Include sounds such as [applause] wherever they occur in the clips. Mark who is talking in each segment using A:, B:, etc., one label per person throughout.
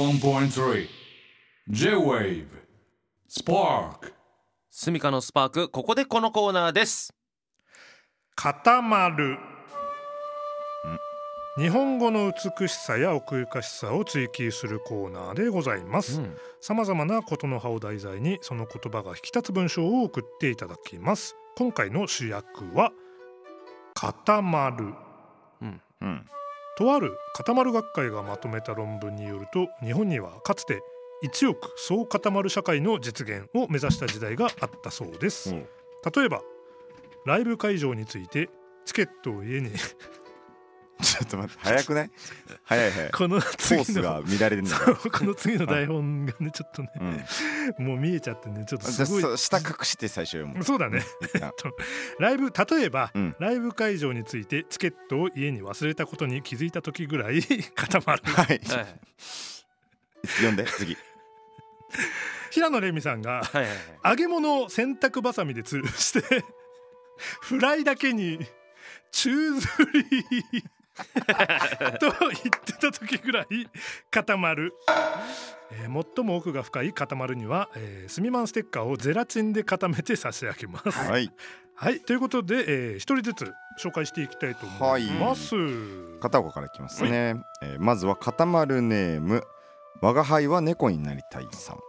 A: 81.3 J-Wave Spark
B: スミカのスパークここでこのコーナーです
C: 固まる日本語の美しさや奥ゆかしさを追求するコーナーでございます
B: うん
C: さまざまなことの葉を題材にその言葉が引き立つ文章を送っていただきます今回の主役は固まる
D: うん
C: とある固まる学会がまとめた論文によると日本にはかつて1億総固まる社会の実現を目指した時代があったそうです、
D: うん
C: 例えばライブ会場についてチケットを家に
D: ちょっと待って早くない早い早いコ
C: この
D: ー
C: 次
D: スが
C: の
D: 乱れてんだ
C: そうこの次の台本がねちょっとね
D: うん、じ
C: もう見えちゃってねちょっと
D: ゃあ
C: すごい
D: そう下隠して最初読む
C: そうだね
D: 一
C: [laughs]
D: 旦
C: ライブ例えば、
D: うん
C: ライブ会場についてチケットを家に忘れたことに気づいた時ぐら
D: [laughs]
C: い固まる
D: はい
B: はい
D: 読んで次
C: 平野レミさんが
B: はいはいはい
C: 揚げ物を洗濯バサミで吊るしてフライだけに宙吊りと言ってた時ぐらい固まる、えー最も奥が深い固まるには、えー、スミマンステッカーをゼラチンで固めて差し上げますはい、
D: はい
C: ということで、えー、一人ずつ紹介していきたいと思います、
D: 片岡からいきますね、えーまずは固まるネーム我が輩は猫になりたいさん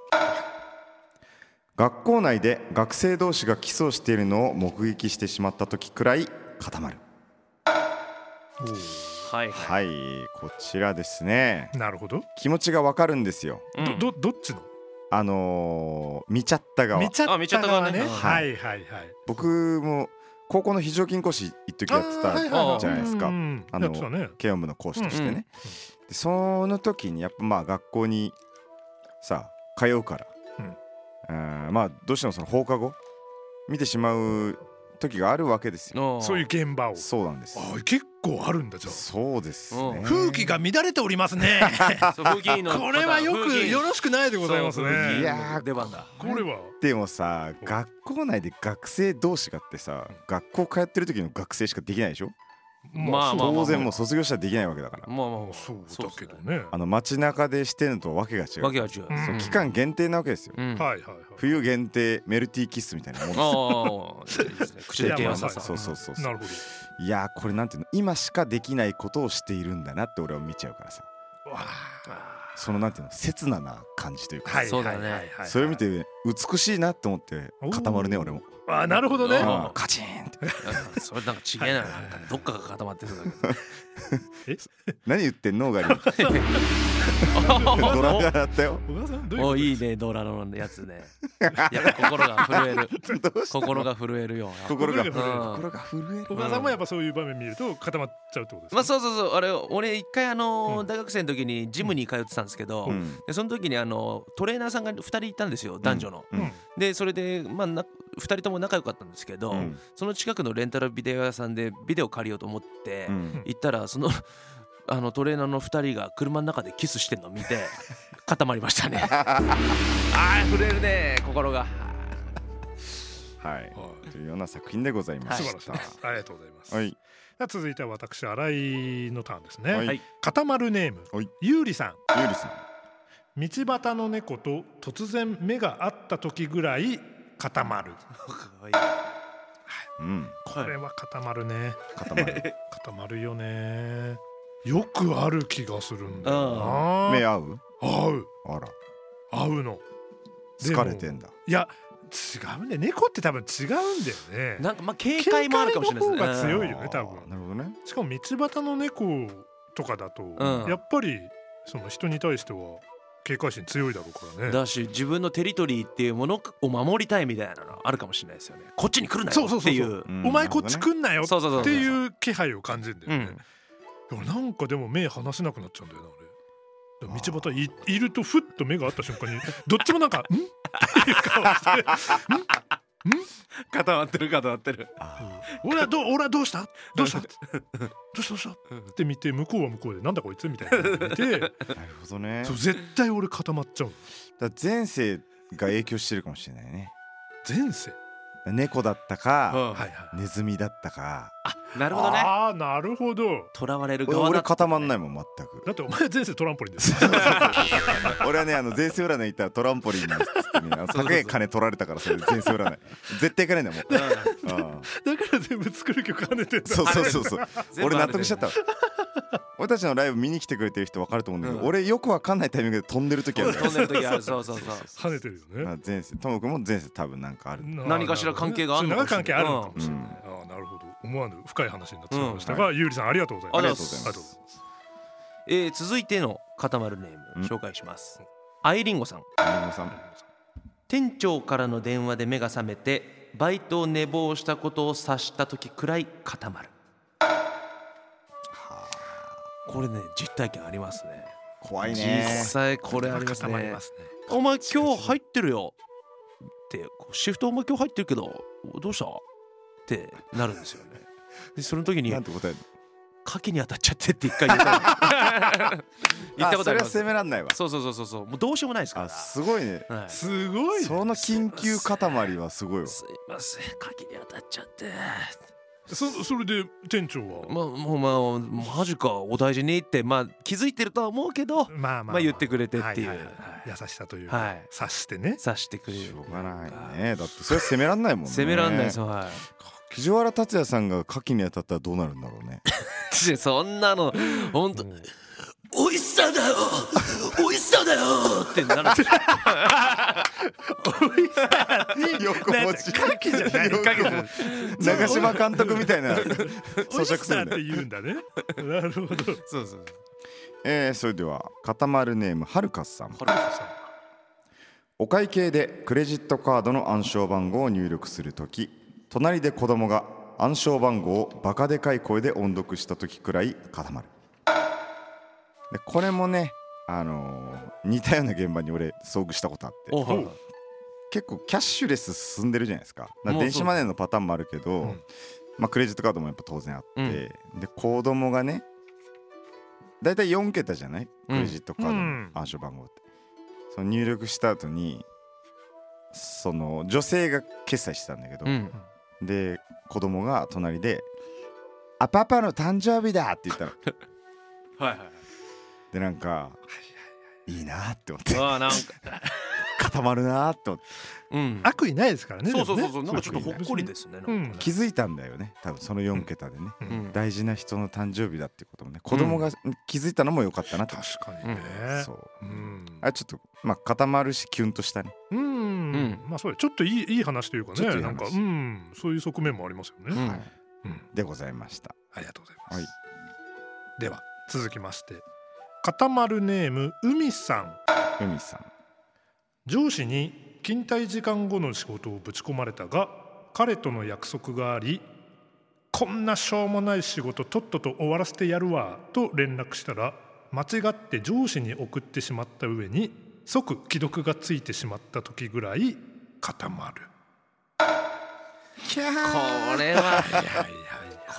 D: 学校内で学生同士がキスをしているのを目撃してしまった時くらい固まる
B: はいはい
D: はいこちらですね
C: なるほど、
D: 気持ちがわかるんですよ
B: うん
C: どどどっちの
D: あのー見ちゃった側
C: 見ちゃ
B: あ
C: っ
B: 見ちゃ
C: た
B: った側
C: 側
B: ね
C: ねは
D: はい
C: はいはい
D: 僕も高校の非常勤講師一時やって
C: あーはいはい
B: は
D: た
B: い
D: じゃないですか、
C: うんうん
D: あ
C: や
D: の
C: ってたね
D: 慶音部の講師としてね、
B: うんうん
D: でその時にやっぱまあ学校にさ通うから、うんまあどうしてもその放課後見てしまう時があるわけですよ
B: おー
C: そういう現場を
D: そうなんです
C: あ結構あるんだじゃあ
D: そうです
B: う
D: ね
B: ん
C: 風紀が乱れております
D: [laughs]
C: ね
B: そう風紀委員の
C: これはよくよ
B: ろ
C: ろしくないでございます
D: い
C: ね
D: や
B: 出番だ
C: これは
D: でもさ学校内で学生同士がってさ学校通ってる時の学生しかできないでしょ
B: まあまあ
D: 当然もう卒業したらできないわけだから
B: まあまあまあ
C: そう
B: そう
C: だ
B: っす
C: け
B: ね
C: どね
D: あの街中でしてるのとわけが違う
B: わけは違う
C: うん
D: そう期間限定なわけですよ
B: うん
C: はいはいはい
D: 冬限定メルティーキッスみたいなもんです
B: あーいいですね口で
D: い
B: 提
D: やま
B: 案さ
D: あさそうそうそうそう
C: なるほど
D: いやーこれなんていうの今しかできないことをしているんだなって俺は見ちゃうからさ
C: わ
D: そのなんていうの切なな感じというか、
C: はい
B: そうだね
C: はいはいはい
D: それを見て美しいなって思って固まるね俺も
C: あなるほどね
B: おー
D: うんカチーンって
B: うんそれなんかちげえななんかねどっかが固まってそうだけど
D: 何言ってんのガリドラが鳴ったよ
C: 小川さんどういうこ
B: お
C: と
B: いいねドラのやつねやっぱ心が震える
C: [laughs]
B: 心が震えるよ
D: 心が
C: 心
B: が
D: 心が震える
C: 小川さんもやっぱそういう場面見ると固まっちゃうってことです
B: まあ
C: か
B: そうそうそうあれ俺一回あの
C: う
B: ー
C: ん
B: 大学生の時にジムに通ってたんですけど、
D: うん
B: でその時にあのトレーナーさんが2人いたんですよ男女の。
D: うん
B: でそれで、まあ、な2人とも仲良かったんですけど、
D: うん
B: その近くのレンタルビデオ屋さんでビデオ借りようと思って、
D: うん
B: 行ったらその [laughs] あのトレーナーの2人が車の中でキスしてんのを見て固まりましたね。あー震えるね心が。
D: はい
C: は
D: というような作品でございま
C: い素
D: し
C: 晴らしい
D: た
C: ですありがとうございます
D: は
C: で
D: い
C: は続いては私新井のターンです
D: は
C: ね
D: い
B: はい
C: 固まるネーム
D: はい
C: ゆうりさん
D: ゆうりさん
C: 道端の猫と突然目が合った時ぐらい固まる
D: うん
C: これは固まるね
D: 固
C: [laughs]
D: まる
C: 固まるよねよくある気がするんだよ
D: 目
C: な
D: 合う
C: 合う
D: あら
C: 合うの
D: 疲れてんだ
C: いや違うね猫って多分違うんだよね
B: なんかまあ警戒もあるかもしれないですね。
C: 警戒の方が強いよね多分
D: あーなるほどね
C: しかも道端の猫とかだと、
B: ん
C: やっぱりその人に対しては警戒心強いだろうからね
B: だし自分のテリトリーっていうものを守りたいみたいなのあるかもしれないですよねこっちに来るな
C: そ
B: よ
C: うそう
B: っ
C: そ
B: て
C: う
B: い
C: そう
B: う
D: うん
C: お前こっち来んなよ
B: そうそうそうそう
C: っていう気配を感じるんだよね
B: うん、
C: いやなんかでも目離せなくなっちゃうんだよな俺道端いいるとふっと目が合った瞬間に [laughs] どっちもなんか「ん?」っていう顔して
B: 固まってる固まってる
C: 「俺はどう俺はどうしたどうした?」どうしたどうしたって見て向こうは向こうで「なんだこいつ?」みたいなのを見
D: [laughs]
C: て
D: なるほどね
C: そう絶対俺固まっちゃうの
D: だから前世が影響してるかもしれないね
C: 前世
D: 猫だったか、
C: はいは
D: ネズミだったか
B: なるほどね
C: ああなるほど
B: 囚われる
D: 俺
B: 側だ
D: 俺固まんないいもん
C: [laughs]
D: 全く
C: だってお前前世トランポリンです [laughs]
D: 俺はねあの前世占い行ったらトランポリンにっつってねあの
B: そう
D: 高い金取られたからそれで前世占い絶対行かないんだもんあ
C: だ
D: あ
C: から全部作る曲跳ねてんだ
D: そうそうそうそう
B: 全部
D: 俺
B: ある
D: 納
B: ね
D: 得しちゃったわ俺たちのライブ見に来てくれてる人分かると思うんだけど、
B: うん
D: 俺よくわかんないタイミングで飛んでる時あるか
B: 飛んでる時
D: [laughs]
B: あるそうそうそう
C: 跳ねてるよね
D: ら前世ともくんも前世多分なんかある、
C: な
B: 何かしら関係があるの
C: そう
B: か
C: なん
B: も
C: か
B: しれ
C: 関係
B: ない
C: あるのかもしれない、ああなるほど思わぬ深い話になってしまいました
D: うん
C: が、ゆうりさんありがとうござい
B: あ
C: ます
B: りがと
D: うござい
C: ありがとうござい
D: ます
C: ます
B: えー続いての固まるネー
D: うん
B: ム紹介しますアイリンゴさん
D: ありがとうございます
B: 店長からの電話で目が覚めてバイトを寝坊したことを察した時くらい固まるこれね実体験ありますね
D: 怖いね
B: 実際これあります
C: 固まり
B: ね
C: ますね
B: お前今日入ってるよってこうシフトお前今日入ってるけどどうしたってなるんですよねでその時に
D: なんて答える
B: 牡蠣に当たっちゃってって一回言った言ったことありま
D: [laughs] あそ
B: す
D: れは責めらんないわ
B: そうそうそうそうそうもうどうしようもないですか
D: あ
B: ら
D: すごいね
B: はい
C: すごいね
D: その緊急塊はすごいわ
B: すいません牡蠣に当たっちゃって
C: そそれで店長は、
B: まあもうまあマジかお大事にってまあ気づいてるとは思うけど
C: まあま
B: まあ言ってくれてっていう
C: ははは優しさというか、
B: はい
C: 察してね
B: 察してくれる
D: しょうがないねだってそれは責めらんないもんね
B: 責めらんないですよはい
D: 藤原竜也さんが牡蠣に当たったらどうなるんだろ
B: [laughs]
D: うね
B: そんなの本当美味しさだよ美味しさだよって [laughs] なる
D: よく
C: なん
D: 持
C: か
D: ち
C: 牡蠣じゃない
D: よ
C: 牡
D: く
C: [laughs] 蠣じゃない
D: 長嶋監督みた
B: [laughs]
D: いな咀
C: 美味
D: 嚼
C: し
D: す
C: さ
D: る
C: っ
D: んだ
C: て言うんだねなるほど
B: そうそう
D: えー、それでは固まるネームはるかすさん
B: これさ
D: お会計でクレジットカードの暗証番号を入力するとき隣で子供が暗証番号をバカでかい声で音読したときくらい固まるでこれもねあのー似たような現場に俺遭遇したことあって
B: おはいはい
D: 結構キャッシュレス進んでるじゃないですかだから
B: もうそう
D: 電子マネーのパターンもあるけど、
C: うん
D: まあ、クレジットカードもやっぱ当然あって、で子供がね大体4桁じゃないク
B: うん
D: レジットカード
C: うん
D: の暗証番号って、その入力した後にその女性が決済してたんだけど、
B: うん
D: で子供が隣で「あパパの誕生日だ!」って言ったの
B: はいはい
D: でなんかいいなって思って
B: ああなんか
D: 固まるなって思って
B: うん
C: 悪意ないですからね
B: そうそう
C: で
B: そう
C: も
B: そう
C: ね
B: なんかちょっとほっこりですねなんか
C: う
B: ね
C: ん
D: 気づいたんだよね多分その4桁でね、
B: うん
D: 大事な人の誕生日だってこともね子供が気づいたのも良かったなって、
C: 確かにね、
D: そう
C: うん
D: あちょっとまあ固まるしキュンとしたね
C: うん、
B: ん
C: まあそうだちょっといいいい話というか
D: ち
C: ね
D: ょっといい話
C: なんかうんそういう側面もありますよ
B: う
C: ね、
B: ん
D: はい
C: うん
D: でございました
C: ありがとうございます、
D: はい
C: では続きまして固まるネーム海さん
D: 海さん
C: 上司に勤怠時間後の仕事をぶち込まれたが彼との約束がありこんなしょうもない仕事とっとと終わらせてやるわと連絡したら間違って上司に送ってしまった上に即既読がついてしまった時ぐらい固まる
B: これは
C: はい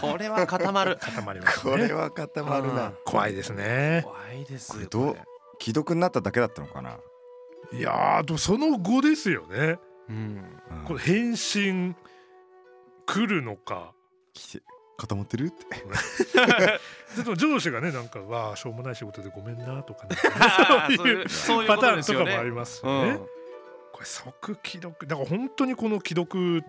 B: これは固まる
C: [laughs] 固まります
D: これ
C: ね
D: は固まるな、
B: うん
C: 怖いですね
B: 怖いです
D: こ
B: よ
D: れどう既読になっただけだったのかな、
C: いやーでもその後ですよね
B: うん
D: うん
C: これ返信来るのか
D: 来て固まってるって
C: でも上司がねなんか「わあしょうもない仕事でごめんな」とかね
B: あー
C: [laughs] そういう
B: そういう
C: パ
B: こ
C: タ
B: と
C: ーン
B: です
C: とか
B: よ
C: もあり
B: ね
C: ますし
B: う
C: ね。
B: ん
C: これ即既読だから本当にこの既読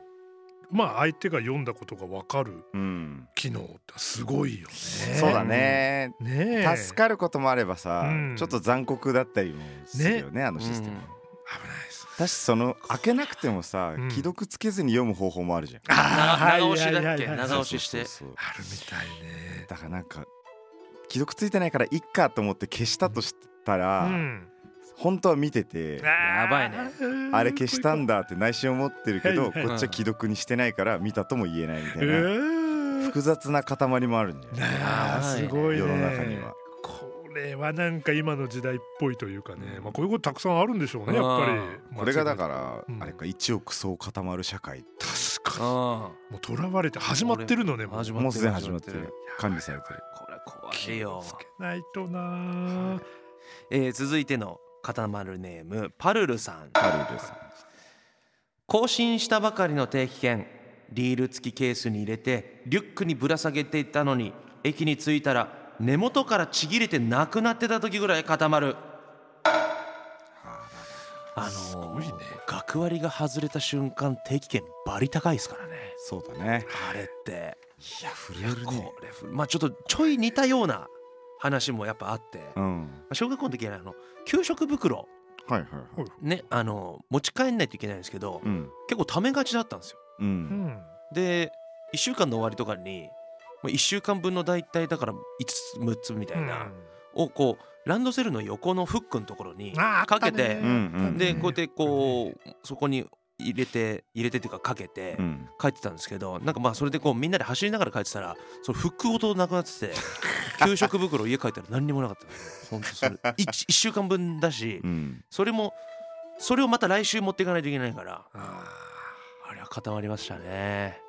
C: まあ相手が読んだことが分かる
D: うん、
C: 機能ってすごいよね。
D: そうだね、
C: ねえ
D: 助かることもあればさ、
C: うん
D: ちょっと残酷だったりもするよねあのシステム、
B: うん
C: 危ないです。
D: だしその開けなくてもさ、
C: うん
D: 既読つけずに読む方法もあるじゃん
B: な
C: はい
B: 長押しだっ
C: はいはい
B: け
C: はい
B: 長押しして
D: そうそうそう
C: あるみたいね。
D: だからなんか既読ついてないからいっかと思って消したとしたら、
C: うん、
D: 本当は見てて、
B: やばいね
D: あれ消したんだって内心思ってるけど、
C: はいはい
D: こっちは既読にしてないから見たとも言えないみ
C: え
D: たいな、
C: ー
D: 複雑な塊もあるんじゃない
C: あーすごいね
D: 世の中には
C: これはなんか今の時代っぽいというかね、まあ、こういうことたくさんあるんでしょうねやっぱり
D: これがだ
C: ら
D: から、
C: うん
D: あれか1億層固まる社会
C: 確か
B: うん
C: にもうとらわれて始まってるのねもう
B: 始まってる
D: もうすでに始まって
B: やば
D: る
B: い
D: 管理されてる
B: これ怖い
C: 気を
B: よ
C: つけないとな
B: えー続いての固まるネームパルルさん
D: あるです
B: 更新したばかりの定期券リール付きケースに入れてリュックにぶら下げていったのに駅に着いたら根元からちぎれてなくなってた時ぐらい固まるあのー学割が外れた瞬間定期券バリ高いですからね
D: そうだね
B: あれって
D: いや震えるね
B: これふまあちょっとちょい似たような話もやっぱあって、
D: う
B: ま
D: ん
B: あ小学校の時はねあの給食袋
D: はいはいはい
B: ねあの持ち帰んないといけないんですけど、
D: うん
B: 結構ためがちだったんですよ
D: う
C: うんん
B: で1週間の終わりとかに1週間分の大体だから5つ6つみたいな、をこうランドセルの横のフックのところに
C: あーあっ
B: か
C: た
B: けて、
C: ね
D: うんうん
B: でこうやってこうそこに入れて入れてっていうかかけて
D: うん
B: 帰ってたんですけどなんかまあそれでこうみんなで走りながら帰ってたらそのフックごとなくなってて
D: [laughs]
B: 給食袋家帰ったら何にもなかった本当それ 1, 週間分だし
D: うん
B: それもそれをまた来週持っていかないといけないから
C: あ
B: あれは固まりましたね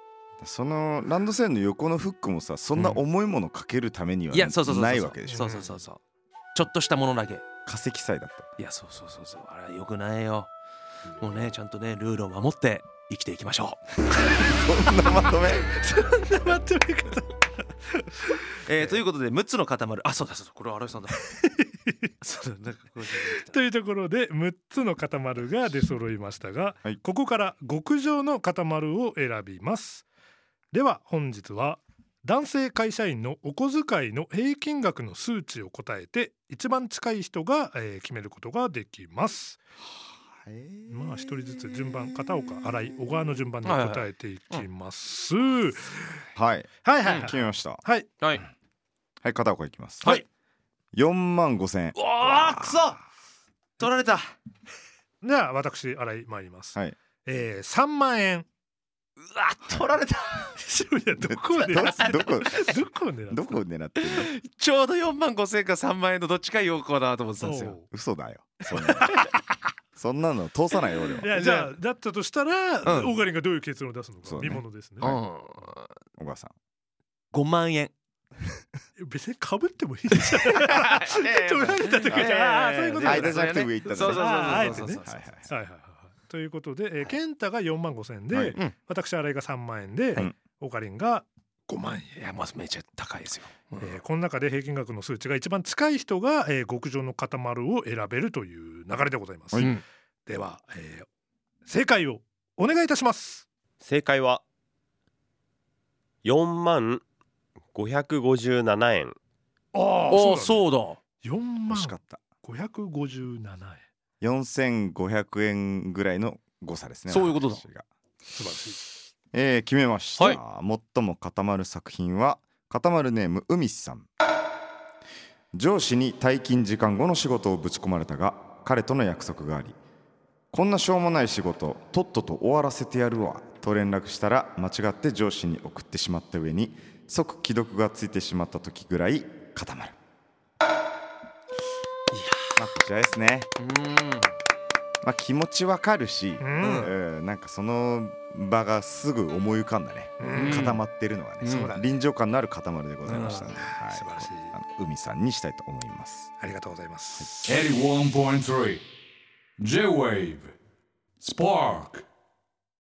D: そのランドセルの横のフックもさそんな重いものかけるためにはい
B: やそうそうそうそう
D: ないわけでしょ
B: そうそうそうそうちょっとしたものだけ
D: 化石祭だった
B: いやそうそうそうそうあれよくないよもうねちゃんとねルールを守って生きていきましょう、
D: そんなまとめ
C: ーまとめ方
B: [laughs] えーということで6つの塊あそうだそうだこれは荒井さん [laughs] だそうだなんかこういうの
C: というところで6つの塊が出揃いましたが、
D: はい
C: ここから極上の塊を選びますでは本日は男性会社員のお小遣いの平均額の数値を答えて一番近い人が、えー決めることができますまあ一人ずつ順番片岡新井小川の順番で答えていきます、はい
D: はい
C: はいはい
D: 決めました
C: はい
B: はい
D: はい片岡いきます
B: はい
D: 4万5千円
B: うわーくそ取られた
C: では私新井参ります、
D: はい
C: えー、3万円
B: うわ取られた
C: いやどこで
D: どどこ
C: どこで
D: どこを狙ってるの
B: ちょうど4万5千か3万円のどっちか言おうかなと思ってたんですよ
D: 嘘だよそん
B: [laughs]
D: なのそんなの通さないよ俺
C: い
D: は
C: やじゃあだったとしたら、
B: うん
C: オーガリンがどういう結論を出すのか
D: そうだ
C: 見
D: ね
C: ものですね
B: う。ん、
D: 小川さん
B: 5万 [laughs] 円
C: 別に被ってもいいじゃん。取られた時
B: ええ
C: じゃああーそういうことだ
D: 間じゃなくて上行ったんだ
B: そうそう
C: あー
B: そうそうそうそう
D: はいはい
C: はいはいはいはい。ということで、えー、健太が4万5千円で、
D: はい
B: うん
C: 私新井が3万円で、
D: はい
C: オーガリンが5万
B: い
C: 円。
B: やまあめちゃ高いですよ、うん
C: えー、この中で平均額の数値が一番近い人が、えー、極上の塊を選べるという流れでございます。
B: うん
C: では、えー、正解をお願いいたします。
E: 正解は4万557円
C: ああ
B: おおそうだ
C: 4万
D: 惜しかった
C: 557円。
D: 4500円ぐらいの誤差ですね
B: そういうことだ
D: 私が
C: 素晴らしい。
D: えー、決めました、
B: はい
D: 最も固まる作品は固まるネーム海さん上司に退勤時間後の仕事をぶち込まれたが彼との約束がありこんなしょうもない仕事とっとと終わらせてやるわと連絡したら間違って上司に送ってしまった上に即既読がついてしまった時ぐらい固まるいやまあこちらですねまあ、気持ちわかるし、
C: ん
D: うんなんかその場がすぐ思い浮かんだね、固まってるのがね,、
B: そうだ
D: 臨場感のある固まりでございましたね、
C: うん
D: はい、
C: 素晴らしい
D: あの海さんにしたいと思います
C: ありがとうございます。
A: 81.3 J-Wave Spark